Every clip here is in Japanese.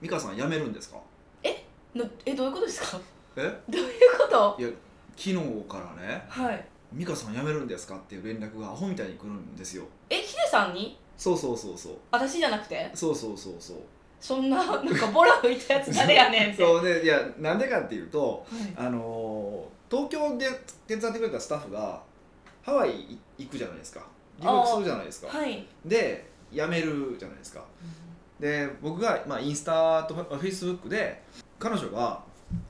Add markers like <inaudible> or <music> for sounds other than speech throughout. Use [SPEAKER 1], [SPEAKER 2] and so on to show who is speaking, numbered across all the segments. [SPEAKER 1] 美香さん辞めるんですか
[SPEAKER 2] なえどういうことですか
[SPEAKER 1] え
[SPEAKER 2] どういうこと
[SPEAKER 1] 昨日からね
[SPEAKER 2] はい
[SPEAKER 1] 「美香さん辞めるんですか?」っていう連絡がアホみたいに来るんですよ
[SPEAKER 2] えヒデさんに
[SPEAKER 1] そうそうそうそう
[SPEAKER 2] 私じゃなくて
[SPEAKER 1] そうそうそうそう
[SPEAKER 2] そんななんかボラ吹いたやつ誰やねんって、は
[SPEAKER 1] そうでいやなんでかっていうと
[SPEAKER 2] い、
[SPEAKER 1] あのー東京で手伝ってくれたスタッフがハワイ行くじゃないですか留学するじゃないですか
[SPEAKER 2] はい、
[SPEAKER 1] で辞めるじゃないですかで僕が、まあ、インスタとフェイスブックで彼女が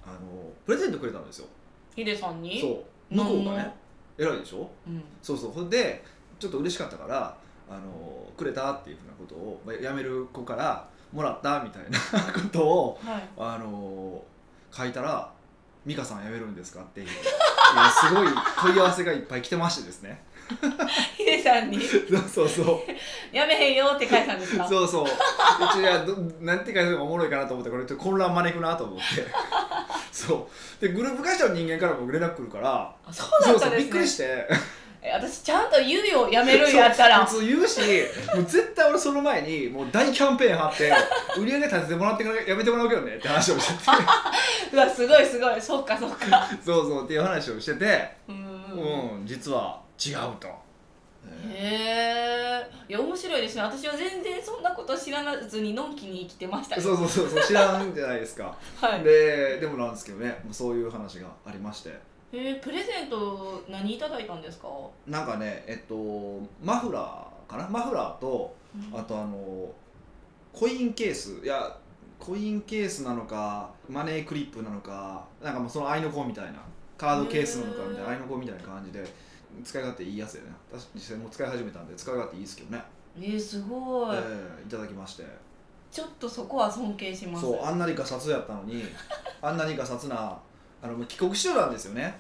[SPEAKER 1] あのプレゼントくれたんですよ
[SPEAKER 2] ヒデさんに
[SPEAKER 1] そう向こうが
[SPEAKER 2] なん
[SPEAKER 1] ね
[SPEAKER 2] の
[SPEAKER 1] 偉いでしょ
[SPEAKER 2] うん、
[SPEAKER 1] そうそうほんでちょっと嬉しかったからあのくれたっていうふうなことを、まあ、辞める子からもらったみたいな <laughs> ことを
[SPEAKER 2] はい
[SPEAKER 1] あの書いたら「美香さん辞めるんですか?」っていういやすごい問い合わせがいっぱい来てましてですね
[SPEAKER 2] ヒデさんに
[SPEAKER 1] そうそう
[SPEAKER 2] 「やめへんよ」って返したんですか
[SPEAKER 1] そうそう。うちはどなんて書いてもおもろいかなと思ってこれちょっと混乱招くなと思って。そう。でグループ会社の人間から僕連絡来るから。
[SPEAKER 2] あそうだった
[SPEAKER 1] そ
[SPEAKER 2] ん
[SPEAKER 1] う
[SPEAKER 2] ですね
[SPEAKER 1] びっくりして。
[SPEAKER 2] え私ちゃんと指をやめるんやったら
[SPEAKER 1] そう普通言うし、もう絶対俺その前にもう大キャンペーン張って売り上げ立ててもらってからやめてもらうけどねって話をしてて。
[SPEAKER 2] うわすごいすごいそっかそっか
[SPEAKER 1] そうそうっていう話をしてて、
[SPEAKER 2] う
[SPEAKER 1] うんん、実は違うと。
[SPEAKER 2] へえいや面白いですね私は全然そんなこと知らなずにのんきに生きてました
[SPEAKER 1] そうそうそうそう知らんじゃないですか。
[SPEAKER 2] はい
[SPEAKER 1] ででもなんですけどね、もうそういう話がありまして。
[SPEAKER 2] えー、プレゼント何いただいたんですか、
[SPEAKER 1] なんかねえっとマフラーかなマフラーとあとあのコインケースいやコインケースなのかマネークリップなのかなんかもうその愛の子みたいなカードケースなのかみたい
[SPEAKER 2] へ
[SPEAKER 1] な
[SPEAKER 2] ー
[SPEAKER 1] 愛の子みたいな感じで使い勝手いいやつやね私実際もう使い始めたんで使い勝手いいですけどね、
[SPEAKER 2] えー、すごい、
[SPEAKER 1] ええいただきまして
[SPEAKER 2] ちょっとそこは尊敬します
[SPEAKER 1] そうあんなにガサツやったのにあんなにガサツなあのもう帰国子女なんですよね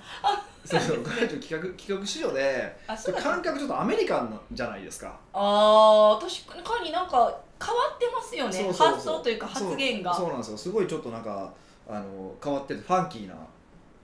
[SPEAKER 1] そうそう彼女帰国帰国子女で
[SPEAKER 2] あそうだ
[SPEAKER 1] 感覚ちょっとアメリカンなじゃないですか
[SPEAKER 2] あー確かになんか変わってますよね
[SPEAKER 1] そうそうそう
[SPEAKER 2] 発想というか発言が
[SPEAKER 1] そうそうなんですよすごいちょっとなんかあの変わっててファンキーな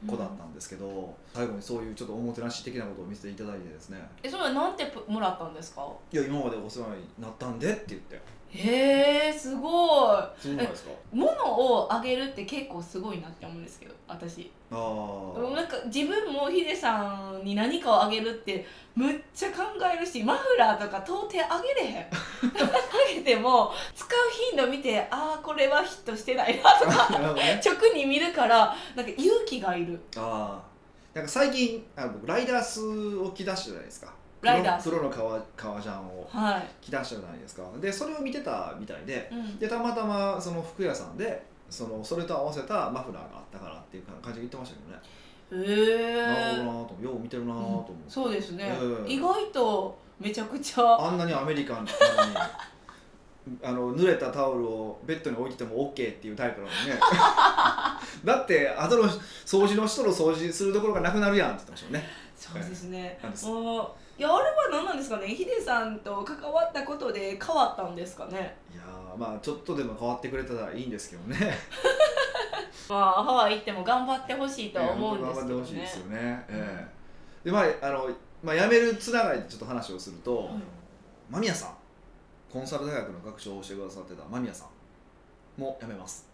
[SPEAKER 1] 子だったんですけど、最後にそういうちょっとおもてなし的なことを見せていただいてですね
[SPEAKER 2] えそれはなんてもらったんですか
[SPEAKER 1] 「いや今までお世話になったんで」って言って
[SPEAKER 2] へえすごい
[SPEAKER 1] そうなん <laughs> ですか
[SPEAKER 2] 物をあげるって結構すごいなって思うんですけど私
[SPEAKER 1] あ
[SPEAKER 2] うん
[SPEAKER 1] あ
[SPEAKER 2] なんか自分もヒデさんに何かをあげるってむっちゃ考えるしマフラーとか到底あげ
[SPEAKER 1] <laughs>
[SPEAKER 2] れへんあげても使う頻度見てああこれはヒットしてないなとか
[SPEAKER 1] なるほどね
[SPEAKER 2] 直に見るからなんか勇気がいる
[SPEAKER 1] ああなんか最近あの僕ライダースを着だしたじゃないですか
[SPEAKER 2] ライダース
[SPEAKER 1] 黒の黒の革革ジャンを
[SPEAKER 2] は
[SPEAKER 1] 着だしたじゃないですかでそれを見てたみたいで
[SPEAKER 2] い、うん、
[SPEAKER 1] でたまたまその服屋さんでそのそれと合わせたマフラーがあったからっていう感じで言ってましたけどねなるほど
[SPEAKER 2] へえ
[SPEAKER 1] なと思うよう見てるなと思う、
[SPEAKER 2] そうですね、
[SPEAKER 1] うん
[SPEAKER 2] 意外とめちゃくちゃ
[SPEAKER 1] あんなにアメリカンなのに <laughs> あの濡れたタオルをベッドに置いてても OK っていうタイプなのにね <laughs> だってあとの掃除の人の掃除するところがなくなるやんって言ってましたもんね
[SPEAKER 2] そうですね
[SPEAKER 1] なんです
[SPEAKER 2] もういやあれは何なんですかねヒデさんと関わったことで変わったんですかね
[SPEAKER 1] いやーまあちょっとでも変わってくれたらいいんですけどね
[SPEAKER 2] まあハワイ行っても頑張ってほしいとは思うん
[SPEAKER 1] いや本
[SPEAKER 2] です
[SPEAKER 1] 当に頑張って
[SPEAKER 2] けど
[SPEAKER 1] ほしい
[SPEAKER 2] ね
[SPEAKER 1] ですよね、ええでまああの、まあ、辞めるつながりでちょっと話をすると、
[SPEAKER 2] い
[SPEAKER 1] 間宮さんコンサル大学の学長をしてくださってた間宮さんも辞めます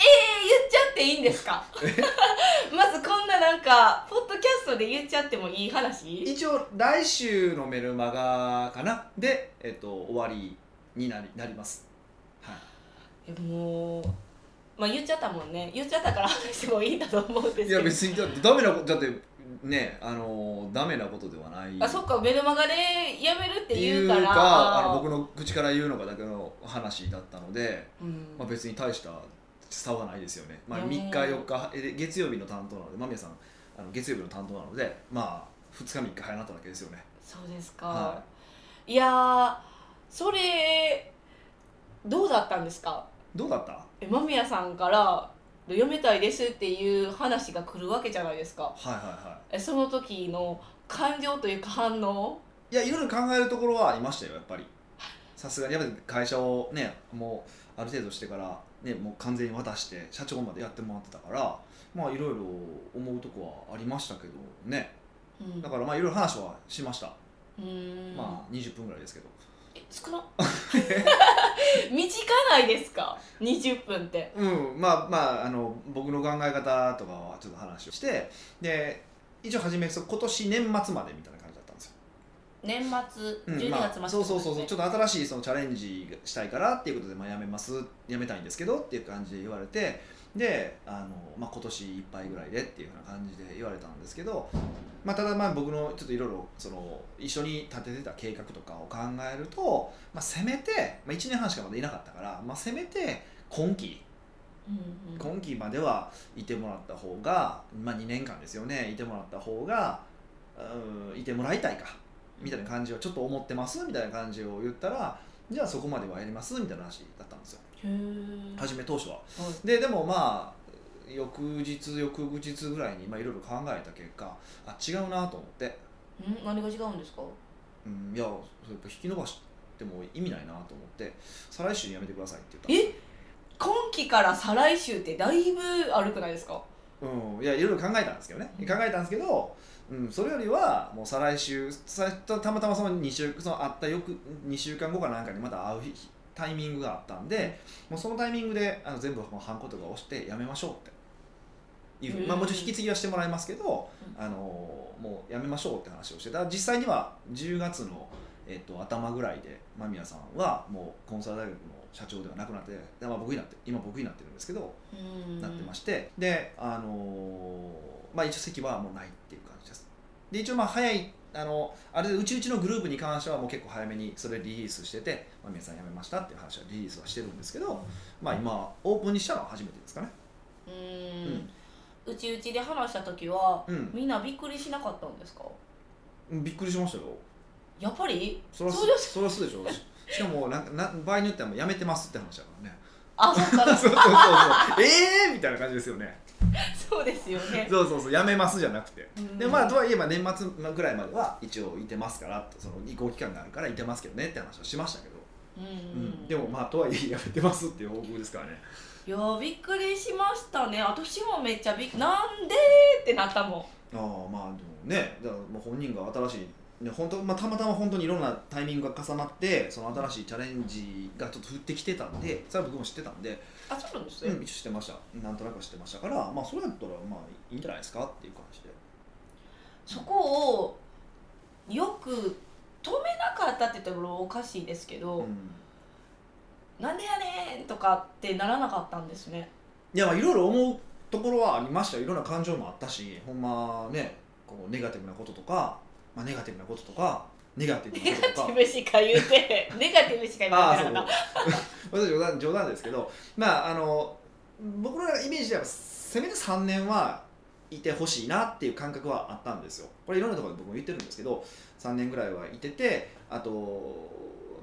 [SPEAKER 2] えー言っちゃっていいんですか <laughs> まずこんななんかポッドキャストで言っちゃってもいい話
[SPEAKER 1] 一応来週のメルマガかなで、えっと、終わりになりなります、はい、
[SPEAKER 2] えもうまあ言っちゃったもんね言っちゃったから話してもいいんだと思うんです
[SPEAKER 1] い
[SPEAKER 2] け
[SPEAKER 1] や
[SPEAKER 2] ど
[SPEAKER 1] 別にだってダメなことだってねあのダメなことではない
[SPEAKER 2] あそっかメルマガでやめるっ
[SPEAKER 1] ってて
[SPEAKER 2] 言
[SPEAKER 1] いうう
[SPEAKER 2] か
[SPEAKER 1] からあの僕の口から言うのがだけの話だったので、
[SPEAKER 2] うん
[SPEAKER 1] まあ、別に大した差はないですよね、まあ、
[SPEAKER 2] うん
[SPEAKER 1] 3日4日えで月曜日の担当なので間宮さんあの月曜日の担当なのでまあ2日3日早なっただけですよね
[SPEAKER 2] そうですか、、
[SPEAKER 1] はい
[SPEAKER 2] やーそれどうだったんですか
[SPEAKER 1] どうだった
[SPEAKER 2] え間宮さんから「読めたいです」っていう話が来るわけじゃないですか
[SPEAKER 1] はいはいは
[SPEAKER 2] えその時の感情というか反応
[SPEAKER 1] いいやいろいろ考えるところはありましたよやっぱりさすがにやっぱり会社をねもうある程度してから、ね、もう完全に渡して社長までやってもらってたからまあいろいろ思うとこはありましたけどね
[SPEAKER 2] うん
[SPEAKER 1] だからまあいろいろ話はしました、
[SPEAKER 2] うーん
[SPEAKER 1] まあ20分ぐらいですけど
[SPEAKER 2] え少な <laughs> 短ないですか20分って
[SPEAKER 1] うん、まあまああの僕の考え方とかはちょっと話をしてで一応初めそう今年年末までみたいな感じだったんですよ、
[SPEAKER 2] 年末
[SPEAKER 1] うん
[SPEAKER 2] 12月末、
[SPEAKER 1] まあ、そうそうそうそうちょっと新しいそのチャレンジしたいからっていうことで、まあ、やめますやめたいんですけどっていう感じで言われてであの、まあ、今年いっぱいぐらいでっていうような感じで言われたんですけど、まあ、ただまあ僕のちょっといろいろその一緒に立ててた計画とかを考えると、まあ、せめて、まあ、1年半しかまだいなかったから、まあ、せめて今期
[SPEAKER 2] うんうん
[SPEAKER 1] 今期まではいてもらった方が、まあ、2年間ですよねいてもらった方がうんいてもらいたいかみたいな感じをちょっと思ってますみたいな感じを言ったらじゃあそこまではやりますみたいな話だったんですよ
[SPEAKER 2] へー
[SPEAKER 1] 初め当初は
[SPEAKER 2] はい
[SPEAKER 1] ででもまあ翌日翌日ぐらいにまあいろいろ考えた結果あ違うなと思って、
[SPEAKER 2] ん何が違うんですか
[SPEAKER 1] うん、いやそれやっぱ引き伸ばしても意味ないなと思って再来週にやめてくださいって言っ
[SPEAKER 2] え今期から再来週ってだいぶ悪くないですか
[SPEAKER 1] たうんいやいろいろ考えたんですけどね考えたんですけどうん、それよりはもう再来週さたたまたまその2週その会った翌2週間後かなんかにまた会う日タイミングがあったんでもうそのタイミングであの全部もうハンコとか押してやめましょうっていうふうに、まあ、
[SPEAKER 2] うん
[SPEAKER 1] もちろん引き継ぎはしてもらいますけど、
[SPEAKER 2] う
[SPEAKER 1] あのもうやめましょうって話をしてた実際には10月の、えっと頭ぐらいで間宮さんはもうコンサル大学の社長ではなくなって、まあ、僕になって今僕になってるんですけどなってま
[SPEAKER 2] し
[SPEAKER 1] して、で、あのーまあ、一応席はもうないっていう感じですで一応まあ早いあのあれうちうちのグループに関してはもう結構早めにそれリリースしてて、まあ、皆さん辞めましたっていう話はリリースはしてるんですけど、まあ、今オープンにしたのは初めてですかね
[SPEAKER 2] うーんうちうちで話した時は
[SPEAKER 1] うん、
[SPEAKER 2] みんなびっくりしなかったんですか
[SPEAKER 1] うん、びっくりしましたよ
[SPEAKER 2] やっぱ
[SPEAKER 1] <laughs>
[SPEAKER 2] り
[SPEAKER 1] そらす
[SPEAKER 2] そうで
[SPEAKER 1] そらすでし
[SPEAKER 2] <laughs>
[SPEAKER 1] ょししかもなんかな場合によってはもう辞めてますって話だからね
[SPEAKER 2] あそっ
[SPEAKER 1] そ
[SPEAKER 2] か
[SPEAKER 1] うそうそうそ
[SPEAKER 2] <laughs>
[SPEAKER 1] うええー、みたいな感じですよね
[SPEAKER 2] そうですよね
[SPEAKER 1] そうそうそう辞めますじゃなくて
[SPEAKER 2] うん
[SPEAKER 1] でまあとはいえば年末ぐらいまでは一応いてますからその移行期間があるからいてますけどねって話をしましたけど、
[SPEAKER 2] うん
[SPEAKER 1] うん
[SPEAKER 2] うん
[SPEAKER 1] でもまあとはいえやめてますっていう報告ですからね
[SPEAKER 2] いやーびっくりしましたね私もめっちゃびっなんでーってなったもん
[SPEAKER 1] ああまあでもねだからもう本人が新しい、ね本当まあ、たまたま本当にいろんなタイミングが重なってその新しいチャレンジがちょっと降ってきてたんでそれは僕も知ってたんで、
[SPEAKER 2] あそうなんです
[SPEAKER 1] う
[SPEAKER 2] ね、
[SPEAKER 1] ん、一応知ってましたなんとなくは知ってましたからまあそれやったらまあいいんじゃないですかっていう感じで
[SPEAKER 2] そこをよく止めなかったって言ったらおかしいですけど、
[SPEAKER 1] うん
[SPEAKER 2] なんでやねんとかってならなかったんですね
[SPEAKER 1] いやまあいろいろ思うところはありましたよいろんな感情もあったしほんまねこうネガティブなこととか、まあ、ネガティブなこととかネガティブ
[SPEAKER 2] ネ
[SPEAKER 1] な
[SPEAKER 2] ガ
[SPEAKER 1] こと
[SPEAKER 2] テ
[SPEAKER 1] とか
[SPEAKER 2] ィブしか言う
[SPEAKER 1] <laughs>
[SPEAKER 2] てネガティブしか言
[SPEAKER 1] あ
[SPEAKER 2] っ
[SPEAKER 1] あ
[SPEAKER 2] て
[SPEAKER 1] そ
[SPEAKER 2] な
[SPEAKER 1] う
[SPEAKER 2] かった
[SPEAKER 1] そう <laughs> 私冗談冗談ですけどまああの僕のイメージではせめて3年はいてほしいなっていう感覚はあったんですよこれいろんなところで僕も言ってるんですけど3年ぐらいはいててあと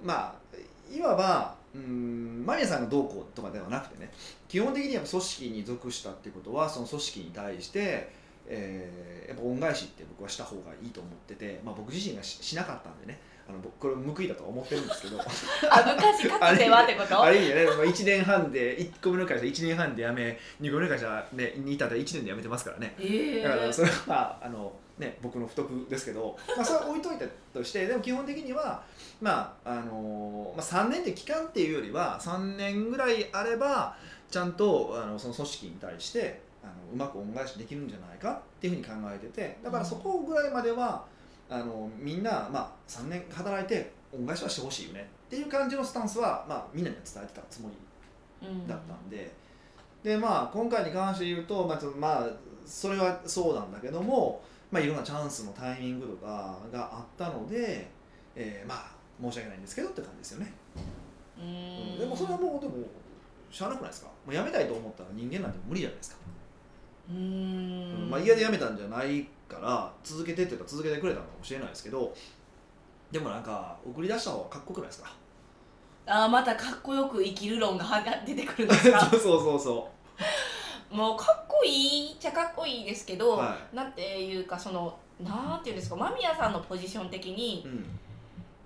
[SPEAKER 1] まあいわばうんマリアさんがどうこうとかではなくてね基本的にやっぱ組織に属したっていうことはその組織に対して、えーやっぱ恩返しって僕はした方がいいと思ってて、まあ、僕自身がししなかったんでねあの僕これ報いだとは思ってるんですけど
[SPEAKER 2] あ昔かつてはってこと
[SPEAKER 1] ある意味ね、まあ、1年半で1個目の会社1年半で辞め2個目の会社、ね、にいたって1年で辞めてますからね
[SPEAKER 2] ええ
[SPEAKER 1] だからそれはあの、ね、僕の不徳ですけど、まあ、それは置いといたとしてでも基本的には、まああのまあ、3年って期間っていうよりは3年ぐらいあればちゃんとあのその組織に対してあのうまく恩返しできるんじゃないかっていうふうに考えててだからそこぐらいまではあのみんな、まあ、3年働いて恩返しはしてほしいよねっていう感じのスタンスは、まあ、みんなには伝えてたつもり
[SPEAKER 2] うん
[SPEAKER 1] だったんで、でまあ今回に関して言うと、まあちょっとまあ、それはそうなんだけども、まあ、いろんなチャンスのタイミングとかがあったので、えーまあ申し訳ないんですけどって感じですよね、
[SPEAKER 2] う
[SPEAKER 1] うん
[SPEAKER 2] ん
[SPEAKER 1] でもそれはもうでもしゃあなくないですかもうやめたいと思ったら人間なんて無理じゃないですか、う
[SPEAKER 2] う
[SPEAKER 1] ん
[SPEAKER 2] ん
[SPEAKER 1] まあ、嫌でやめたんじゃないから続けてっていうか続けてくれたのかもしれないですけどでもなんか送り出した方がかっこよくないですか
[SPEAKER 2] あーまたかっこよく生きる論がは出てくるんですか
[SPEAKER 1] <laughs> そうそうそうそ
[SPEAKER 2] もうかっこいいっちゃかっこいいですけど、
[SPEAKER 1] は
[SPEAKER 2] なんていうかそのなんていうんですか間宮さんのポジション的に
[SPEAKER 1] う、うん、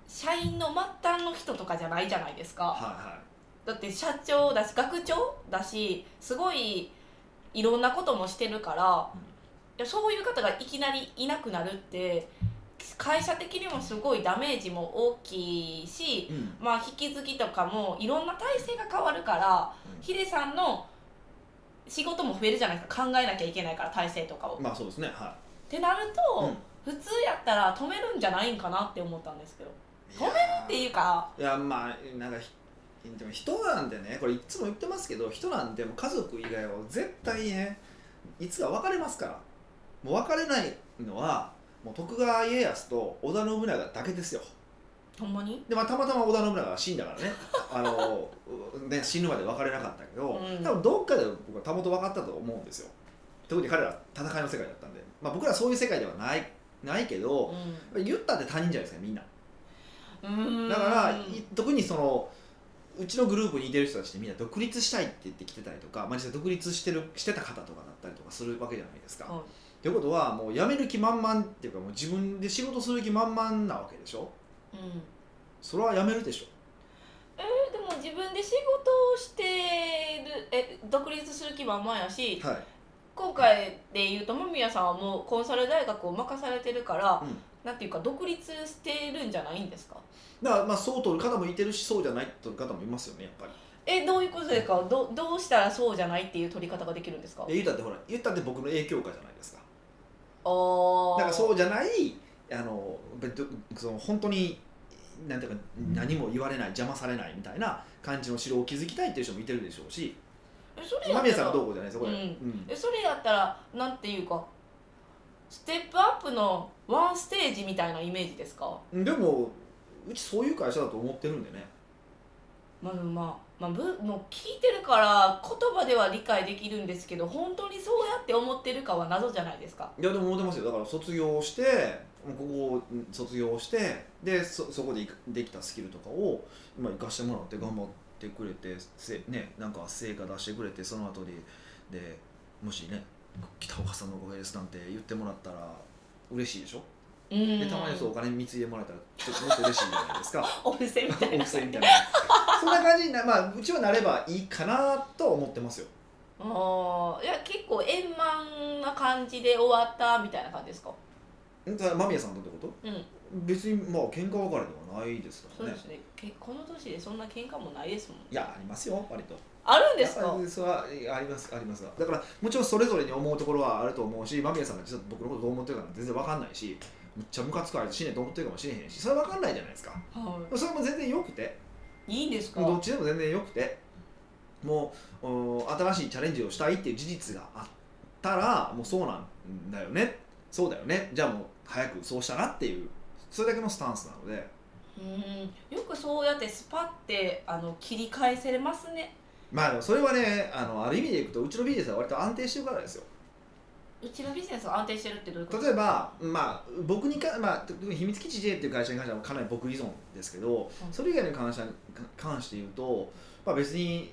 [SPEAKER 2] 社員の末端の人とかじゃないじゃないですか、
[SPEAKER 1] はいは
[SPEAKER 2] だって社長だし学長だしすごいいろんなこともしてるから、
[SPEAKER 1] うん
[SPEAKER 2] いやそういう方がいきなりいなくなるって会社的にもすごいダメージも大きいし、
[SPEAKER 1] うん
[SPEAKER 2] まあ、引き継ぎとかもいろんな体制が変わるから
[SPEAKER 1] うん
[SPEAKER 2] ヒデさんの仕事も増えるじゃないですか考えなきゃいけないから体制とかを。
[SPEAKER 1] まあそうですねは
[SPEAKER 2] ってなる
[SPEAKER 1] い、うん
[SPEAKER 2] と、普通やったら止めるんじゃないんかなって思ったんですけど。止めるって
[SPEAKER 1] い
[SPEAKER 2] いうか
[SPEAKER 1] やまあなんかひでも人なんでねこれいつも言ってますけど人なんでもう家族以外は絶対ねいつか別れますからもう別れないのはもう徳川家康と織田信長だけですよ
[SPEAKER 2] ほんまに
[SPEAKER 1] で、まあ、たまたま織田信長が死んだからねあのね死ぬまで別れなかったけど、
[SPEAKER 2] うん
[SPEAKER 1] 多分どっかで僕はたもと分かったと思うんですよ特に彼ら戦いの世界だったんで、まあ、僕らそういう世界ではないないけど、
[SPEAKER 2] う
[SPEAKER 1] やっ
[SPEAKER 2] ん
[SPEAKER 1] ぱり言ったって他人じゃないですかみんな
[SPEAKER 2] うん
[SPEAKER 1] だから、い特にそのうちのグループにいてる人たちってみんな独立したいって言ってきてたりとか、まあ、実際独立してるしてた方とかだったりとかするわけじゃないですか。
[SPEAKER 2] はい
[SPEAKER 1] ということはもう辞める気満々っていうかもう自分で仕事する気満々なわけでしょ
[SPEAKER 2] うん
[SPEAKER 1] それは辞めるでしょ
[SPEAKER 2] えでも自分で仕事をしてるえ独立する気満々やし
[SPEAKER 1] はい、
[SPEAKER 2] 今回で言うと間宮さんはもうコンサル大学を任されてるから、
[SPEAKER 1] うん
[SPEAKER 2] なんていうか独立してるんじゃないんですか
[SPEAKER 1] だからまあそう取る方もいてるしそうじゃない取る方もいますよねやっぱり
[SPEAKER 2] えどういうことですかどどうしたらそうじゃないっていう取り方ができるんですか
[SPEAKER 1] で言ったってほら言ったって僕の影響下じゃないですか
[SPEAKER 2] あ
[SPEAKER 1] だからそううじゃないあのべどその本当になんていうか何も言われない邪魔されないみたいな感じの城を築きたいっていう人もいてるでしょうし
[SPEAKER 2] それ
[SPEAKER 1] 間
[SPEAKER 2] やった
[SPEAKER 1] 宮さんが
[SPEAKER 2] ら
[SPEAKER 1] どうこうじゃないですよこれ、
[SPEAKER 2] うん
[SPEAKER 1] うん
[SPEAKER 2] えそれやったらなんていうかステップアップのワンステージみたいなイメージですか
[SPEAKER 1] でもうちそういう会社だと思ってるんでね
[SPEAKER 2] まあまあ、まあ、ぶもう聞いてるから言葉では理解できるんですけど本当にそうやって思ってるかは謎じゃないですか
[SPEAKER 1] いやでも思ってますよだから卒業してもうここをうん卒業してでそそこでいくできたスキルとかを今生かしてもらって頑張ってくれてせねなんか成果出してくれてその後ででもしね北岡さんのおかげですなんて言ってもらったら嬉しいでしょ
[SPEAKER 2] うん
[SPEAKER 1] でたまにそうお金貢いでもらえたらちょっともっと嬉しいじゃないですか
[SPEAKER 2] お店 <laughs> みたい
[SPEAKER 1] お <laughs>
[SPEAKER 2] な
[SPEAKER 1] 布施みたいなそんな感じにな、まあ、うちはなればいいかなとは思ってますよ
[SPEAKER 2] あーいや結構円満な感じで終わったみたいな感じですか
[SPEAKER 1] んだから間宮さんとってこと
[SPEAKER 2] うん
[SPEAKER 1] 別にまあ喧嘩別れではないですか
[SPEAKER 2] そう
[SPEAKER 1] ら
[SPEAKER 2] で
[SPEAKER 1] ね
[SPEAKER 2] すねけこの年でそんな喧嘩もないですもん
[SPEAKER 1] いやありますよ割と
[SPEAKER 2] あるんですか
[SPEAKER 1] やっぱりそれはありますありますがだからもちろんそれぞれに思うところはあると思うし間宮さんが実は僕のことどう思ってるかなんて全然わかんないしむっちゃムカつくあいつ死ねと思ってるかもしれへんしそれはわかんないじゃないですか
[SPEAKER 2] は
[SPEAKER 1] それも全然よくて
[SPEAKER 2] いいいんですか
[SPEAKER 1] どっちでも全然よくてもうお新しいチャレンジをしたいっていう事実があったらもうそうなんだよねそうだよねじゃあもう早くそうしたらっていうそれだけのスタンスなので
[SPEAKER 2] うんよくそうやってスパってあの切り返せれますね
[SPEAKER 1] まあでもそれはねあのある意味でいくとうちのビジネスは割と安定してるからですよ
[SPEAKER 2] うちのビジネスは安定してるってどういうこと
[SPEAKER 1] 例えば、まあ、僕にか、まあ、特に秘密基地 J っていう会社に関してはかなり僕依存ですけど、
[SPEAKER 2] うん
[SPEAKER 1] それ以外の関社か関して言うと、まあ、別に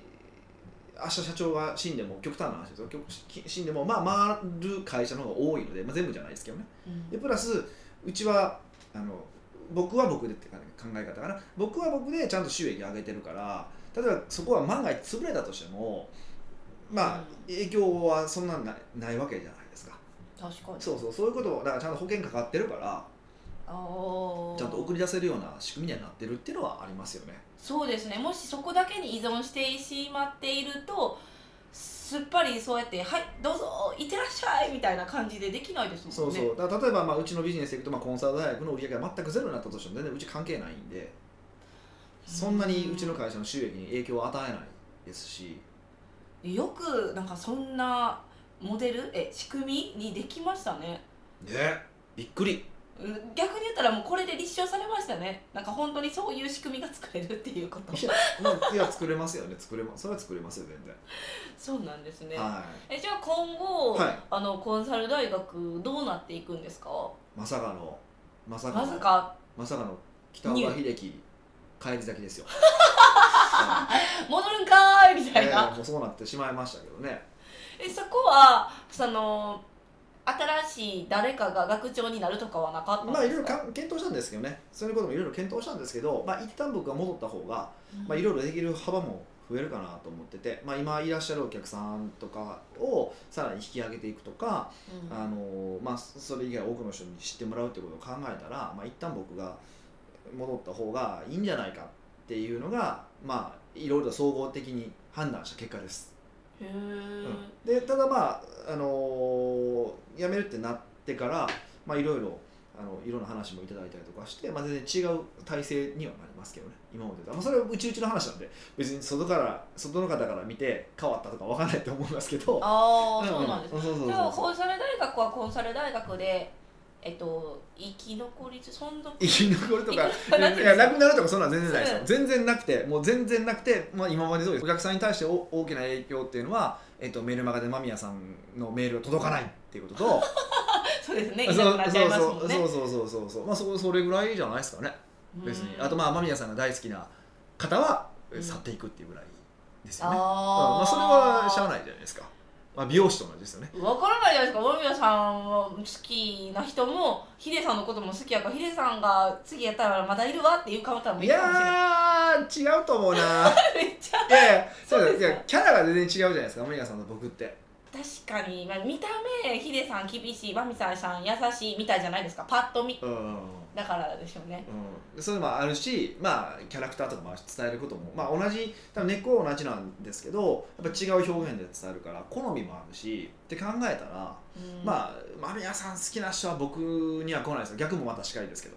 [SPEAKER 1] 明日社長が死んでも極端な話ですよ極死んでも、まあ、回る会社の方が多いので、まあ、全部じゃないですけどね
[SPEAKER 2] うん
[SPEAKER 1] でプラスうちはあの僕は僕でって考え方かな僕は僕でちゃんと収益上げてるから例えばそこは万が一潰れたとしてもまあ影響はそんなんないないわけじゃないですか
[SPEAKER 2] 確かに
[SPEAKER 1] そうそうそういうことをだからちゃんと保険かかってるから
[SPEAKER 2] あ
[SPEAKER 1] ちゃんと送り出せるような仕組みにはなってるっていうのはありますよね
[SPEAKER 2] そうですねもしそこだけに依存してしまっているとすっぱりそうやって「はいどうぞいってらっしゃい」みたいな感じでできないですもんね
[SPEAKER 1] そうそう、だから例えばまあうちのビジネスでいくとまあコンサル大学の売り上げが全くゼロになったとしても全然うち関係ないんでそんなにうちの会社の収益に影響を与えないですし
[SPEAKER 2] よくなんかそんなモデルえ仕組みにできましたね
[SPEAKER 1] ねびっくり
[SPEAKER 2] うん逆に言ったらもうこれで立証されましたねなんか本当にそういう仕組みが作れるっていうこ
[SPEAKER 1] <laughs>
[SPEAKER 2] と
[SPEAKER 1] いやもういや作れますよね作れますそれは作れますよ全然、
[SPEAKER 2] そうなんですね
[SPEAKER 1] は
[SPEAKER 2] えじゃあ今後、
[SPEAKER 1] い、はい、
[SPEAKER 2] あのコンサル大学どうなっていくんですか
[SPEAKER 1] まさかのまさか
[SPEAKER 2] ま
[SPEAKER 1] の
[SPEAKER 2] さか
[SPEAKER 1] まさかの北岡秀樹帰り咲き
[SPEAKER 2] <laughs>
[SPEAKER 1] ですよ、はい
[SPEAKER 2] 戻るんかーいみたい
[SPEAKER 1] え
[SPEAKER 2] な、
[SPEAKER 1] ーもうそうなってしまいましたけどね
[SPEAKER 2] えそこはその新しい誰かが学長になるとかはなかったん
[SPEAKER 1] まあい
[SPEAKER 2] で
[SPEAKER 1] ろい
[SPEAKER 2] す
[SPEAKER 1] ろ
[SPEAKER 2] か、
[SPEAKER 1] か検討したんですけどねそういうこともいろいろ検討したんですけど、まあ、一旦僕が戻った方が、まあ、い
[SPEAKER 2] ろ
[SPEAKER 1] ろいろできる幅も増えるかなと思ってて、まあ、今いらっしゃるお客さんとかをさらに引き上げていくとか、あのまあ、そそれ以外多くの人に知ってもらうってことを考えたら、まあ、一旦僕が戻った方がいいんじゃないかっていうのが、まあ、いろいろと総合的に判断した結果です。
[SPEAKER 2] へえ、
[SPEAKER 1] でただまあ、あのー辞めるってなってから、まあ、いろいろあのいろんな話もいただいたりとかして、まあ、全然違う体制にはなりますけどね今までとは、まあ、それはうちうちの話なんで別に外から外の方から見て変わったとかわかんないと思いますけど
[SPEAKER 2] ああそうなんです
[SPEAKER 1] すそうそう
[SPEAKER 2] じゃ
[SPEAKER 1] そ
[SPEAKER 2] あ
[SPEAKER 1] うそ
[SPEAKER 2] コ
[SPEAKER 1] う
[SPEAKER 2] ンサル大学はコンサル大学でえっと生き残りつ存続
[SPEAKER 1] 生き残るとか
[SPEAKER 2] 生き残るなんて
[SPEAKER 1] い
[SPEAKER 2] いうんですか
[SPEAKER 1] やなくなるとかそんなん全然ないですよ
[SPEAKER 2] うん
[SPEAKER 1] 全然なくてもう全然なくて、まあ、今まで通りお客さんに対してお大きな影響っていうのは、えっと、メールマガで間宮さんのメールが届かないっていうことと。
[SPEAKER 2] そうですねい
[SPEAKER 1] そう
[SPEAKER 2] なくなっちゃいますもんね
[SPEAKER 1] そうそうそうそうそうそうまあそそれぐらいじゃないですかね別にあとまあ間宮さんが大好きな方は
[SPEAKER 2] うん
[SPEAKER 1] 去っていくっていうぐらいです
[SPEAKER 2] あ
[SPEAKER 1] よね、うん
[SPEAKER 2] あ
[SPEAKER 1] まあそれはしゃあ
[SPEAKER 2] い
[SPEAKER 1] ないじゃないですか、まあ、美容師と同じですよね
[SPEAKER 2] わからないじゃないですか大宮さんは好きな人もヒデさんのことも好きやからヒデさんが次やったらまだいるわっていう顔ったらもう
[SPEAKER 1] い
[SPEAKER 2] いいかもしれない
[SPEAKER 1] やー違うと
[SPEAKER 2] <laughs>
[SPEAKER 1] 思うな
[SPEAKER 2] めっちゃ
[SPEAKER 1] いやいやそう
[SPEAKER 2] そう
[SPEAKER 1] だ
[SPEAKER 2] です
[SPEAKER 1] い
[SPEAKER 2] か
[SPEAKER 1] やキャラが全然違うじゃないですか間宮さんと僕って
[SPEAKER 2] 確かに、まあ、見た目ヒデさん厳しいバミサさん優しいみたいじゃないですかパッと見
[SPEAKER 1] うんうん
[SPEAKER 2] だからでしょうね
[SPEAKER 1] うん、そういうのもあるし、まあ、キャラクターとかも伝えることも、まあ、同じ多分根っこは同じなんですけどやっぱ違う表現で伝えるから好みもあるしって考えたら
[SPEAKER 2] うん
[SPEAKER 1] まあ、間宮さん好きな人は僕には来ないですよ逆もまた近いですけど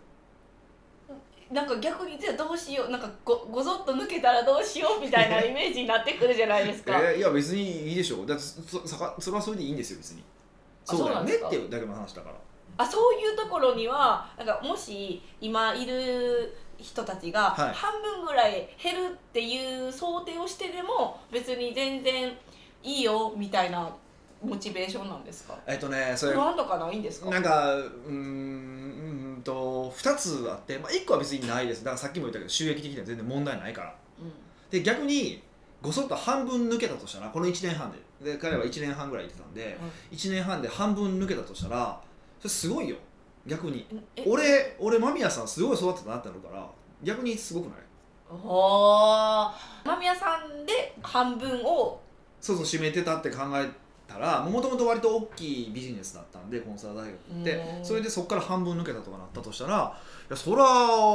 [SPEAKER 2] なんか逆にじゃあどうしようなんかごごぞっと抜けたらどうしようみたいなイメージになってくるじゃないですか、
[SPEAKER 1] えーいや別にいいでしょうだってそそそそれはそれでいいんですよ別に
[SPEAKER 2] あ
[SPEAKER 1] そうだ
[SPEAKER 2] そ
[SPEAKER 1] よ
[SPEAKER 2] うなん
[SPEAKER 1] ね
[SPEAKER 2] ですか
[SPEAKER 1] っていうだけの話だから
[SPEAKER 2] あそういうところにはなんかもし今いる人たちが
[SPEAKER 1] はい
[SPEAKER 2] 半分ぐらい減るっていう想定をしてでも別に全然いいよみたいなモチベーションなんですか
[SPEAKER 1] えっとねそれ
[SPEAKER 2] 不安とかないんですか
[SPEAKER 1] なんかうーんうーんと2つあって、まあ、1個は別にないですだからさっきも言ったけど収益的には全然問題ないから
[SPEAKER 2] う
[SPEAKER 1] で逆にごそっと半分抜けたとしたらこの1年半でで彼は1年半ぐらい行ってたんで、1年半で半分抜けたとしたらそれすごいよ逆に
[SPEAKER 2] んえ
[SPEAKER 1] 俺俺間宮さんすごい育てたなってなるから逆にすごくない
[SPEAKER 2] おー間宮さんで半分を
[SPEAKER 1] そうそう締めてたって考えたらもともと割と大きいビジネスだったんでコンサル大学って
[SPEAKER 2] うん
[SPEAKER 1] それでそこから半分抜けたとかなったとしたらいやそら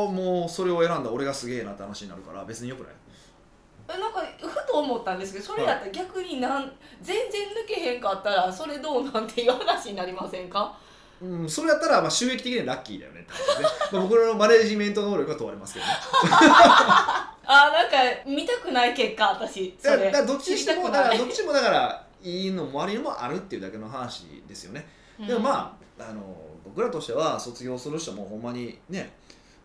[SPEAKER 1] もうそれを選んだ俺がすげえなって話になるから別によくない
[SPEAKER 2] えなんかふと思ったんですけどそれやったら逆になん、全然抜けへんかったらそれどうなんていう話になりませんか
[SPEAKER 1] うん、それやったらまあ収益的にはラッキーだよねって話
[SPEAKER 2] <laughs>
[SPEAKER 1] ねまあ僕らのマネジメント能力が問われますけどね
[SPEAKER 2] あーなんか見たくない結果私そ
[SPEAKER 1] だ
[SPEAKER 2] れ
[SPEAKER 1] だからどっちにしても
[SPEAKER 2] 知り
[SPEAKER 1] だか
[SPEAKER 2] たくな
[SPEAKER 1] ら
[SPEAKER 2] い
[SPEAKER 1] どっちもだからいいのも悪いのもあるっていうだけの話ですよねでもまああの僕らとしては卒業する人もほんまにね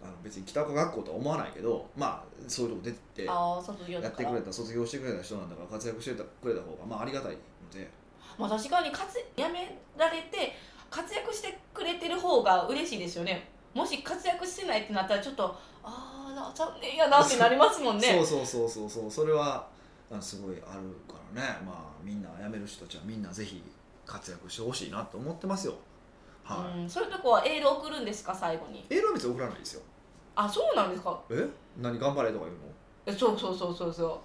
[SPEAKER 1] あの別に北岡学校とは思わないけどまあそういうとこ出てってや
[SPEAKER 2] ああー卒業だ
[SPEAKER 1] っ
[SPEAKER 2] か
[SPEAKER 1] てく
[SPEAKER 2] ら
[SPEAKER 1] れた卒業してくれた人なんだから活躍してたくれた方がまあありがたいので
[SPEAKER 2] まあ確かに活やめられて活躍してくれてる方が嬉しいですよねもし活躍してないってなったらちょっとああ残念やなってなりますもんね
[SPEAKER 1] そうそうそうそうそうそれはあすごいあるからねまあみんな辞める人たちはみんなぜひ活躍してほしいなと思ってますよはい、
[SPEAKER 2] うん、そういうとこはエール送るんですか最後に
[SPEAKER 1] エールは別に送らないですよ
[SPEAKER 2] あそうなんですか
[SPEAKER 1] え何頑張れとか言うの
[SPEAKER 2] えそうそうそうそうそう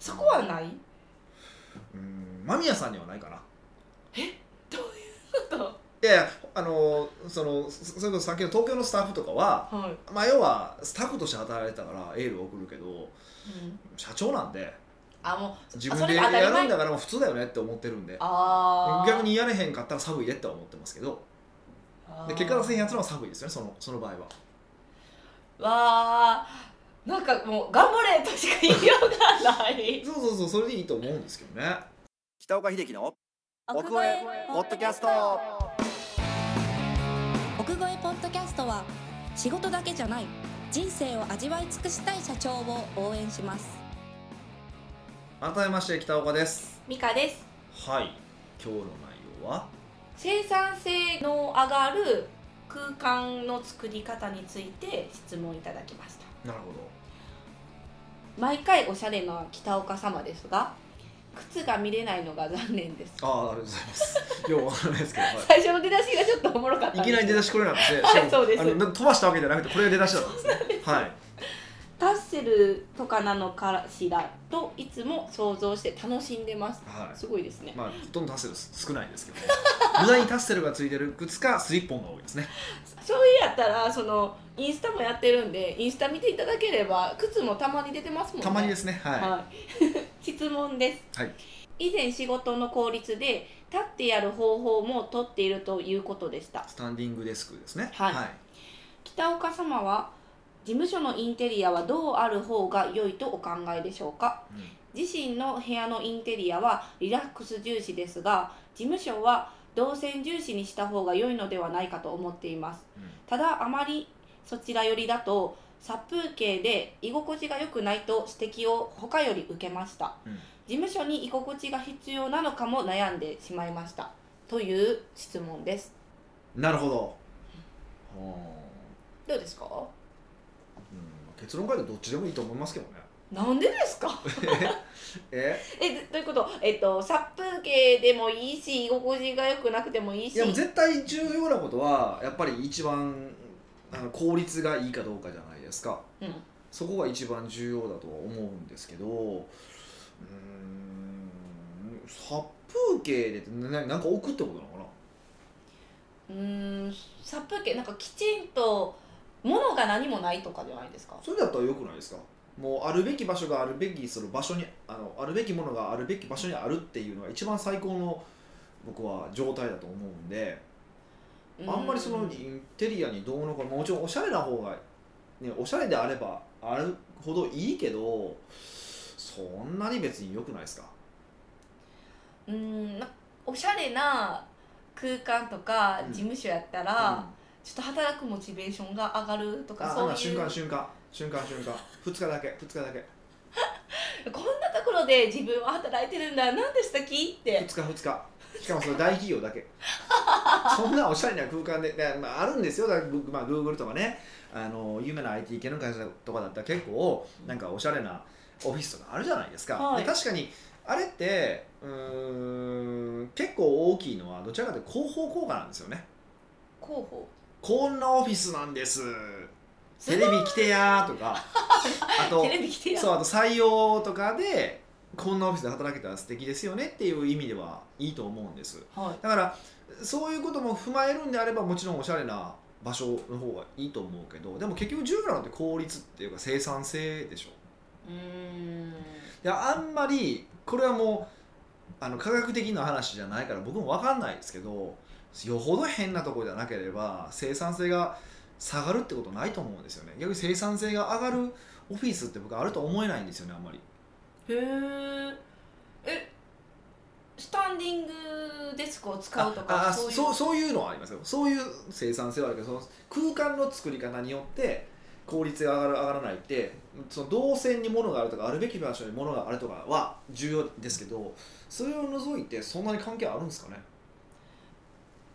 [SPEAKER 2] そこはない <laughs>
[SPEAKER 1] うん間宮さんにはないかな
[SPEAKER 2] どういうこと
[SPEAKER 1] いやいやあのそのそそれこそさっきの東京のスタッフとかは、
[SPEAKER 2] はい、
[SPEAKER 1] まあ、要はスタッフとして働いてたからエールを送るけど社長なんで
[SPEAKER 2] あもう
[SPEAKER 1] 自分で
[SPEAKER 2] それ
[SPEAKER 1] や
[SPEAKER 2] が当たり前
[SPEAKER 1] るんだからもう普通だよねって思ってるんで
[SPEAKER 2] あー
[SPEAKER 1] 逆にやれへんかったら寒いでって思ってますけど
[SPEAKER 2] あー
[SPEAKER 1] で結果出せへんやつの方が寒いですよねそのその場合は
[SPEAKER 2] わーなんかもう頑張れとしか言いようがない
[SPEAKER 1] そうそうそうそれでいいと思うんですけどね北岡秀樹の
[SPEAKER 3] 奥越えポッドキャスト
[SPEAKER 4] 奥越えポッドキャストは仕事だけじゃない人生を味わい尽くしたい社長を応援します
[SPEAKER 1] 改めまして北岡です
[SPEAKER 2] ミカです
[SPEAKER 1] はい今日の内容は
[SPEAKER 2] 生産性の上がる空間の作り方について質問いただきました
[SPEAKER 1] なるほ
[SPEAKER 2] 毎回おしゃれな北岡様ですが靴が見れないのが残念です
[SPEAKER 1] どああありがとうございます <laughs> ようわからないですけ
[SPEAKER 2] <laughs>
[SPEAKER 1] ど、はい
[SPEAKER 2] 最初の出だしがちょっとおもろかったん
[SPEAKER 1] いき
[SPEAKER 2] です
[SPEAKER 1] なり出だしこれなんですね。しかも
[SPEAKER 2] そうです
[SPEAKER 1] あの飛ばしたわけじゃなくてこれが出だしだったんですね。はい。
[SPEAKER 2] タッセルとかなのかしらといつも想像して楽しんでます
[SPEAKER 1] はい
[SPEAKER 2] すごいですね、
[SPEAKER 1] まあ、ほとんどタッセル少ないですけどね <laughs> 無駄にタッセルがついてる靴かスリッポンが多いですね
[SPEAKER 2] そういうやったらそのインスタもやってるんでインスタ見ていただければ靴もたまに出てますもんね
[SPEAKER 1] たまにですねはい、
[SPEAKER 2] はい <laughs> 質問です、
[SPEAKER 1] はい
[SPEAKER 2] 以前仕事の効率で立ってやる方法も取っているということでした
[SPEAKER 1] スタンディングデスクですね
[SPEAKER 2] はい
[SPEAKER 1] はい、
[SPEAKER 2] 北岡様は事務所のインテリアはどうある方が良いとお考えでしょうか
[SPEAKER 1] うん
[SPEAKER 2] 自身の部屋のインテリアはリラックス重視ですが事務所は動線重視にした方が良いのではないかと思っています
[SPEAKER 1] うん
[SPEAKER 2] ただあまりそちら寄りだと殺風景で居心地が良くないと指摘を他より受けました、
[SPEAKER 1] うん
[SPEAKER 2] 事務所に居心地が必要なのかも悩んでしまいましたという質問です
[SPEAKER 1] なるほど、は
[SPEAKER 2] どうですか
[SPEAKER 1] あうん、結論から言うとどっちでもいいと思いますけどね
[SPEAKER 2] なんでですか <laughs>
[SPEAKER 1] え
[SPEAKER 2] えどどういうことえっと殺風景でもいいし居心地が良くなくてもいいし
[SPEAKER 1] いやもう絶対重要なことはやっぱり一番あの効率がいいかどうかじゃないですか
[SPEAKER 2] うん
[SPEAKER 1] そこが一番重要だとは思うんですけどうーん殺風景でってななんか置くってことなのかな
[SPEAKER 2] うーん殺風景なんかきちんと物が何もないとかじゃないですか
[SPEAKER 1] それだったらよくないですかもうあるべき場所があるべきその場所にあのあるべきものがあるべき場所にあるっていうのが一番最高の僕は状態だと思うんであんまりそのインテリアにどうのこうのもちろんおしゃれな方が、ね、おしゃれであればあるほどいいけどそんなに別に良くないですか
[SPEAKER 2] うーんなおしゃれな空間とか
[SPEAKER 1] うん
[SPEAKER 2] 事務所やったら、ちょっと働くモチベーションが上がると
[SPEAKER 1] うん
[SPEAKER 2] か
[SPEAKER 1] あ
[SPEAKER 2] そう
[SPEAKER 1] あ
[SPEAKER 2] い
[SPEAKER 1] 瞬
[SPEAKER 2] う
[SPEAKER 1] 間瞬間瞬間瞬間2日だけ2日だけ
[SPEAKER 2] こんなところで自分は働いてるんだなんでしたっけって
[SPEAKER 1] 2日2日しかもそれ大企業だけ <laughs> そんなおしゃれな空間で、ねまあ、あるんですよだから、まあ、Google とかねあの有名な IT 系の会社とかだったら結構なんかおしゃれなオフィスとかあるじゃないですか、
[SPEAKER 2] はい
[SPEAKER 1] で確かにあれってうーん結構大きいのはどちらかというと広報効果なんですよね
[SPEAKER 2] 候補
[SPEAKER 1] こんなオフィスなんですテレビ来てやーと
[SPEAKER 2] <laughs>
[SPEAKER 1] かあと
[SPEAKER 2] テレビ来てや
[SPEAKER 1] そうあと採用とかでこんなオフィスで働けたら素敵ですよねっていう意味ではいいと思うんです
[SPEAKER 2] はい
[SPEAKER 1] だからそういうことも踏まえるんであればもちろんおしゃれな場所の方がいいと思うけどでも結局重要なのって効率っていうか生産性でしょ
[SPEAKER 2] うーん
[SPEAKER 1] であんまりこれはもうあの科学的な話じゃないから僕も分かんないですけどよほど変なところじゃなければ生産性が下がるってことないと思うんですよね逆に生産性が上がるオフィスって僕はあると思えないんですよねあんまり。
[SPEAKER 2] へーえスタンディングデスクを使うと
[SPEAKER 1] あ
[SPEAKER 2] か
[SPEAKER 1] あ
[SPEAKER 2] そういう
[SPEAKER 1] そうそういうのはありますよそういう生産性はあるけどその空間の作り方によって効率が上がる上がらないってその動線に物があるとかあるべき場所に物があるとかは重要ですけどそれを除いてそんなに関係あるんですかね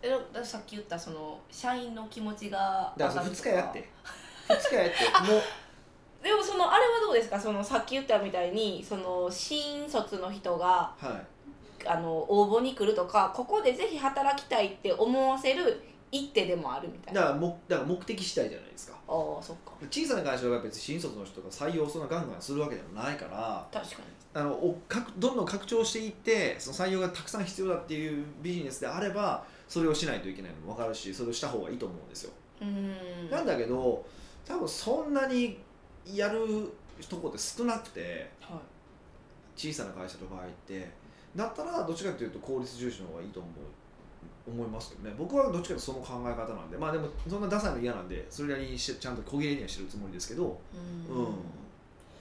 [SPEAKER 2] えだからさっき言ったその社員の気持ちが
[SPEAKER 1] だから
[SPEAKER 2] 上がる
[SPEAKER 1] 2
[SPEAKER 2] と
[SPEAKER 1] 日やって2日や
[SPEAKER 2] <laughs>
[SPEAKER 1] ってもう
[SPEAKER 2] でもそのあれはどうですかそのさっき言ったみたいにその新卒の人が
[SPEAKER 1] はい
[SPEAKER 2] あの応募に来るとかここでぜひ働きたいって思わせる一手でもあるみたい
[SPEAKER 1] だ
[SPEAKER 2] なあ
[SPEAKER 1] からもだから目的次第じゃないですか
[SPEAKER 2] あーそっか
[SPEAKER 1] 小さな会社が別に新卒の人が採用そんなガンガンするわけでもないから
[SPEAKER 2] 確か
[SPEAKER 1] あのおかくどんどん拡張していってその採用がたくさん必要だっていうビジネスであればそれをしないといけないのも分かるしそれをした方がいいと思うんですよ、
[SPEAKER 2] にうーん
[SPEAKER 1] なんだけど多分そんなにやるとこって少なくて
[SPEAKER 2] は
[SPEAKER 1] 小
[SPEAKER 2] い
[SPEAKER 1] さな会社の場合ってだったらどっちかというと効率重視の方がいいと思う思いますけどね僕はどっちかというとその考え方なんでまあでもそんなダサいの嫌なんでそれなりにしてちゃんと小切れにはしてるつもりですけど
[SPEAKER 2] うーん
[SPEAKER 1] うん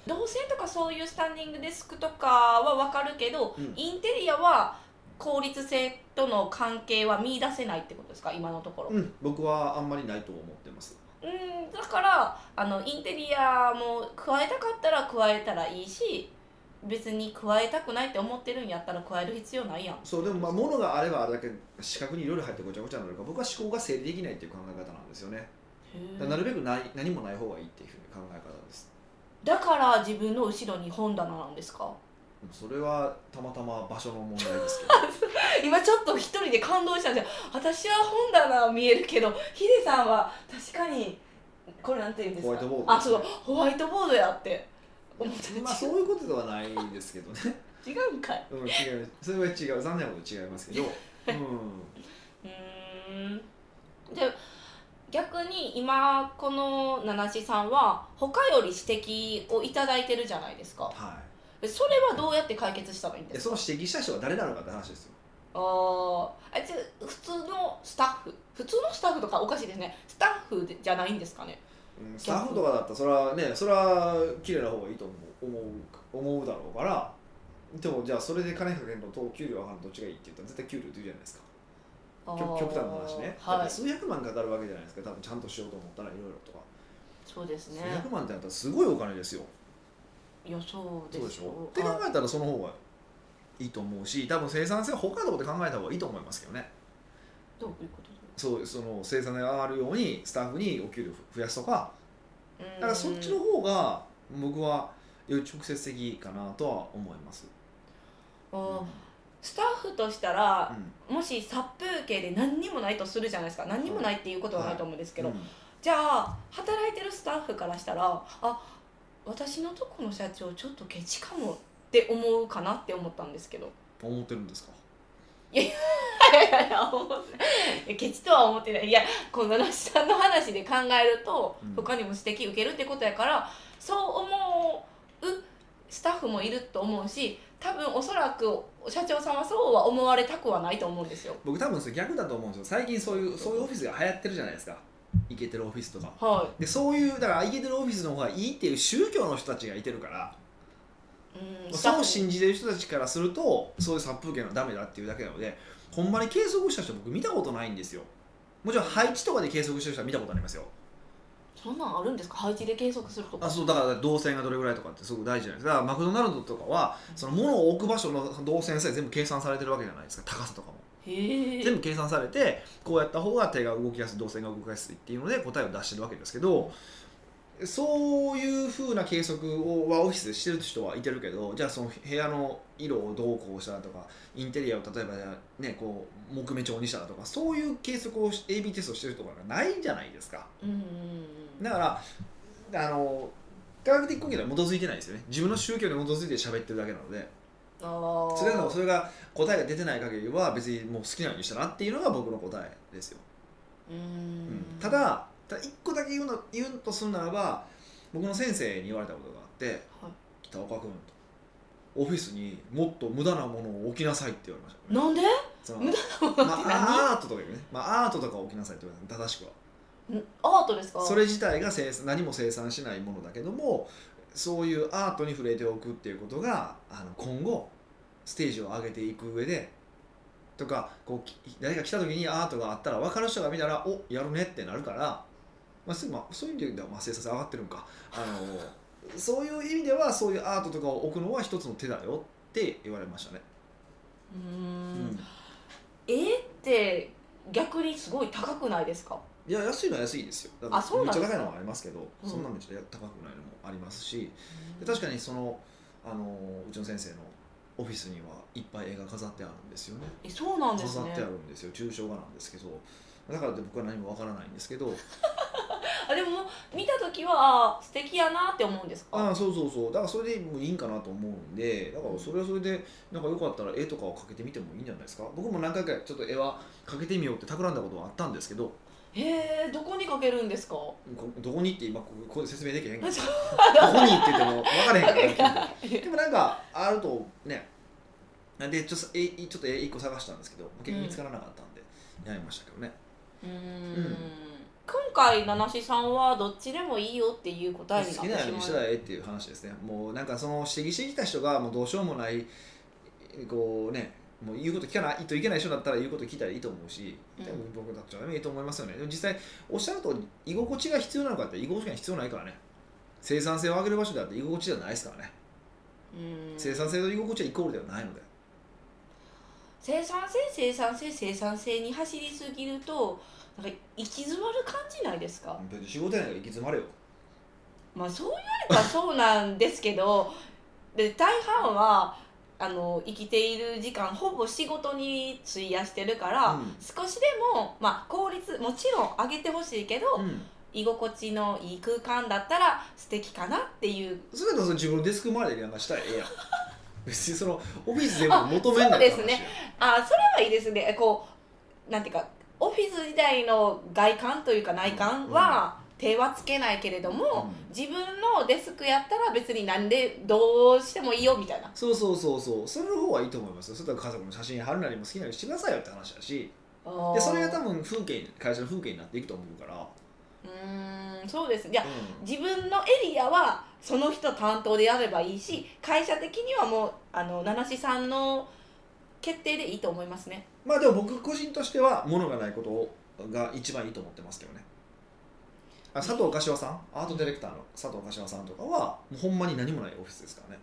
[SPEAKER 2] 動線とかそういうスタンディングデスクとかは分かるけど、
[SPEAKER 1] うん
[SPEAKER 2] インテリアは効率性との関係は見出せないってことですか今のところ
[SPEAKER 1] うん僕はあんまりないと思ってます
[SPEAKER 2] うんだからあのインテリアも加えたかったら加えたらいいし別に加えたくないって思ってるんやったら加える必要ないやん
[SPEAKER 1] そうでもまあ物があればあれだけ視覚にいろいろ入ってごちゃごちゃになるから僕は思考が整理できないっていう考え方なんですよねだからなるべくない何もない方がいいっていうふうに考え方です
[SPEAKER 2] だから自分の後ろに本棚なんですか
[SPEAKER 1] それはたまたま場所の問題ですけ
[SPEAKER 2] 今ちょっと一人で感動したんですよ私は本棚は見えるけどヒデさんは確かにこれなんて言うんです
[SPEAKER 1] ホワ
[SPEAKER 2] か
[SPEAKER 1] イトボード
[SPEAKER 2] あそうホワイトボードやって思って
[SPEAKER 1] まあそういうことではないんですけどね
[SPEAKER 2] 違うんかい
[SPEAKER 1] うん違うそれは違う残念なこと違いますけど、うん、
[SPEAKER 2] うーんで逆に今この七七さんは他より指摘をいただいてるじゃないですか
[SPEAKER 1] は
[SPEAKER 2] それはどうやって解決したらいいん
[SPEAKER 1] いで
[SPEAKER 2] です
[SPEAKER 1] そ
[SPEAKER 2] か
[SPEAKER 1] の指摘した人は誰なのかって話ですよ
[SPEAKER 2] あーあじゃあ普通のスタッフ普通のスタッフとかおかしいですねスタッフでじゃないんですかね
[SPEAKER 1] うんスタッフとかだったらそれはねそれは綺麗な方がいいと思う思う思うだろうからでもじゃあそれで金かけるのと給料上がるのどっちがいいって言ったら絶対給料って言うじゃないですか
[SPEAKER 2] あー
[SPEAKER 1] 極極端な話ね、だっ
[SPEAKER 2] は
[SPEAKER 1] て
[SPEAKER 2] い
[SPEAKER 1] 数百万かかるわけじゃないですか多分ちゃんとしようと思ったらいろいろとか、
[SPEAKER 2] そうですね
[SPEAKER 1] 数百万ってなったらすごいお金ですよ
[SPEAKER 2] いやそう
[SPEAKER 1] そ
[SPEAKER 2] です
[SPEAKER 1] う
[SPEAKER 2] よ
[SPEAKER 1] でしょって考
[SPEAKER 2] はい
[SPEAKER 1] えたらその方がいいと思うし多分生産性は他のことで考えた方がいいと思いますけどね
[SPEAKER 2] どういうことですか
[SPEAKER 1] そうその生産性が上がるようにスタッフにお給料増やすとか
[SPEAKER 2] うー
[SPEAKER 1] だ
[SPEAKER 2] ん
[SPEAKER 1] からそっちの方が僕はより直接的かなとは思います、
[SPEAKER 2] あースタッフとしたら
[SPEAKER 1] う、ん
[SPEAKER 2] もし殺風景で何にもないとするじゃないですか何にもないっていうことはないと思うんですけ
[SPEAKER 1] う
[SPEAKER 2] ど、
[SPEAKER 1] ん
[SPEAKER 2] じゃあ働いてるスタッフからしたらあ私のとこの社長ちょっとケチかもって思うかなって思ったんですけど
[SPEAKER 1] 思ってるんですか
[SPEAKER 2] いやいやいや思って <laughs> いやケチとは思ってないいやこの話さんの話で考えると、
[SPEAKER 1] うん
[SPEAKER 2] 他にも指摘受けるってことやからそう思うスタッフもいると思うし多分おそらく社長さんはそうは思われたくはないと思うんですよ。
[SPEAKER 1] 僕多分それ逆だと思うんですよ最近そういうそういうオフィスが流行ってるじゃないですかイケてるオフィスとか
[SPEAKER 2] はい
[SPEAKER 1] でそういうだからイケてるオフィスの方がいいっていう宗教の人たちがいてるから
[SPEAKER 2] うん
[SPEAKER 1] そう信じてる人たちからするとそういう殺風景のはダメだっていうだけなのでほんまに計測した人僕見たことないんですよもちろん配置とかで計測してる人は見たことありますよ
[SPEAKER 2] そんなんあるんですか配置で計測するとか
[SPEAKER 1] あそうだから動線がどれぐらいとかってすごく大事じゃないですかだからマクドナルドとかはその物を置く場所の動線さえ全部計算されてるわけじゃないですか高さとかも
[SPEAKER 2] へえ
[SPEAKER 1] 全部計算されてこうやった方が手が動きやすい動線が動きやすいっていうので答えを出してるわけですけどそういう風な計測をはオフィスでしてる人はいてるけどじゃあその部屋の色をどうこうしたらとかインテリアを例えば、ね、こう木目調にしたらとかそういう計測をし AB テストしてるところがないじゃないですか
[SPEAKER 2] うんうんうん
[SPEAKER 1] だからあの科学的根拠には基づいてないですよね自分の宗教に基づいて喋ってるだけなので
[SPEAKER 2] あー
[SPEAKER 1] それがそれが答えが出てない限りは別にもう好きなようにしたなっていうのが僕の答えですよ、
[SPEAKER 2] う
[SPEAKER 1] うん
[SPEAKER 2] ん
[SPEAKER 1] ただただ1個だけ言うの言うとするならば僕の先生に言われたことがあって
[SPEAKER 2] は
[SPEAKER 1] 「北岡君」と「オフィスにもっと無駄なものを置きなさい」って言われました、
[SPEAKER 2] いなんで
[SPEAKER 1] その
[SPEAKER 2] 無駄なもの
[SPEAKER 1] ま
[SPEAKER 2] って <laughs> 何、
[SPEAKER 1] あ、アートとかよね、まあ、アートとかを置きなさいって言われた正しくは
[SPEAKER 2] うんアートですか
[SPEAKER 1] それ自体が生産何も生産しないものだけどもそういうアートに触れておくっていうことがあの今後ステージを上げていく上でとかこうき誰か来た時にアートがあったら分かる人が見たらおやるねってなるから、まあすまあ、そういう意味では、まあ、生産性上がってるんかあのそういう意味ではそういうアートとかを置くのは一つの手だよって言われましたね。
[SPEAKER 2] うー
[SPEAKER 1] うん
[SPEAKER 2] ん絵って逆にすごい高くないですか
[SPEAKER 1] いや安いのは安いですよ。だから
[SPEAKER 2] あそうなんです
[SPEAKER 1] め
[SPEAKER 2] か
[SPEAKER 1] っちゃ高いのはありますけど、
[SPEAKER 2] うん
[SPEAKER 1] そんなめっちゃ高くないのもありますし、で確かにそのあのうちの先生のオフィスにはいっぱい映画飾ってあるんですよね
[SPEAKER 2] えそうなんです
[SPEAKER 1] 飾っ
[SPEAKER 2] ね
[SPEAKER 1] てあるんですよ抽象画なんですけどだからって僕は何もわからないんですけど
[SPEAKER 2] あでも見た時はあー素敵やなって思うんです
[SPEAKER 1] あ
[SPEAKER 2] か
[SPEAKER 1] あそうそうそうだからそれでもういいんかなと思うんでだからそれはそれでなんかよかったら絵とかをかけてみてもいいんじゃないですか僕も何回かちょっと絵はかけてみようって企んだことはあったんですけど
[SPEAKER 2] へえどこにかけるんですか
[SPEAKER 1] こどこにって今こここで説明できへ
[SPEAKER 2] <laughs>
[SPEAKER 1] んから
[SPEAKER 2] そ
[SPEAKER 1] ど
[SPEAKER 2] <laughs>
[SPEAKER 1] こにって言っても分からへんから
[SPEAKER 2] う
[SPEAKER 1] でもなんかあるとねなんでちょっとえちょっと1個探したんですけど結局見つからなかったんで、やりましたけどね
[SPEAKER 2] うー
[SPEAKER 1] うん
[SPEAKER 2] ん今回七七さんはどっちでもいいよっていう答えにな
[SPEAKER 1] 好
[SPEAKER 2] っ
[SPEAKER 1] き
[SPEAKER 2] て
[SPEAKER 1] なよ
[SPEAKER 2] し
[SPEAKER 1] うに
[SPEAKER 2] ま
[SPEAKER 1] し
[SPEAKER 2] う
[SPEAKER 1] たらええっていう話ですねもうなんかその指摘してきた人がもうどうしようもないこうねもう言うこと聞かないといけない人だったら言うこと聞いたらいいと思うし、
[SPEAKER 2] うん
[SPEAKER 1] でも僕だったらいいと思いますよねでも実際おっしゃると居心地が必要なのかって居心地が必要ないからね生産性を上げる場所だって居心地じゃないですからね、
[SPEAKER 2] うん
[SPEAKER 1] 生産性と居心地はイコールではないので
[SPEAKER 2] 生産性生産性生産性に走りすぎるとなんか行き詰まる感じないですか、
[SPEAKER 1] 別に仕事やないから行き詰まれよ
[SPEAKER 2] まあそう言われたらそうなんですけど <laughs> で大半はあの生きている時間ほぼ仕事に費やしてるから、
[SPEAKER 1] うん
[SPEAKER 2] 少しでも、まあ、効率もちろん上げてほしいけど、
[SPEAKER 1] うん
[SPEAKER 2] 居心地のいい空間だったら素敵かなっていう
[SPEAKER 1] それだとその自分のデスク周りでなんかしたらええやん <laughs> 別にそのオフィスでも求めんな
[SPEAKER 2] あ
[SPEAKER 1] い
[SPEAKER 2] そうですねあそれはいいですねこうなんていうかオフィス時代の外観というか内観は手はつけないけれども、自分のデスクやったら別になんでどうしてもいいよみたいな
[SPEAKER 1] そうそうそうそうそれの方はいいと思いますよそれと家族の写真貼るなりも好きなようにしてくださいよって話だしでそれが多分風景に会社の風景になっていくと思うから、
[SPEAKER 2] うーんそうですねいや
[SPEAKER 1] う
[SPEAKER 2] 自分のエリアはその人担当でやればいいし会社的にはもうあの七七さんの決定でいいと思いますね
[SPEAKER 1] ん、まあでも僕個人としては物がないことが一番いいと思ってますけどねあ佐藤柏さんアートディレクターの佐藤柏さんとかはもうほんまに何もないオフィスですからね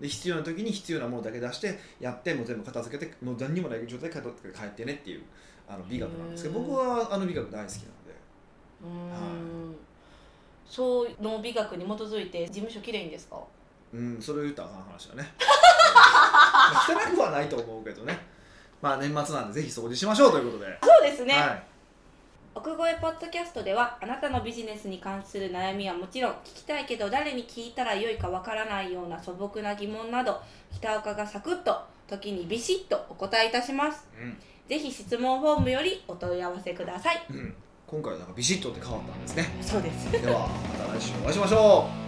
[SPEAKER 1] で必要な時に必要なものだけ出してやってもう全部片付けてもう何にもない状態で片付けて帰ってねっていうあの美学なんですけど
[SPEAKER 2] へー
[SPEAKER 1] 僕はあの美学大好きなので
[SPEAKER 2] うーん、そうの美学に基づいて事務所綺麗にですか
[SPEAKER 1] うん、それを言ったらあかん話だ
[SPEAKER 2] <laughs>
[SPEAKER 1] ね汚くはないと思うけどねまあ年末なんでぜひ掃除しましょうということで、
[SPEAKER 2] そうですね、
[SPEAKER 1] はい、
[SPEAKER 2] 奥越ポッドキャストではあなたのビジネスに関する悩みはもちろん聞きたいけど誰に聞いたらよいかわからないような素朴な疑問など北岡がサクッと時にビシッとお答えいたしますぜひ質問フォームよりお問い合わせください
[SPEAKER 1] うんうん、今回はなんかビシッとって変わったんですね
[SPEAKER 2] そうです
[SPEAKER 1] ではまた来週お会いしましょう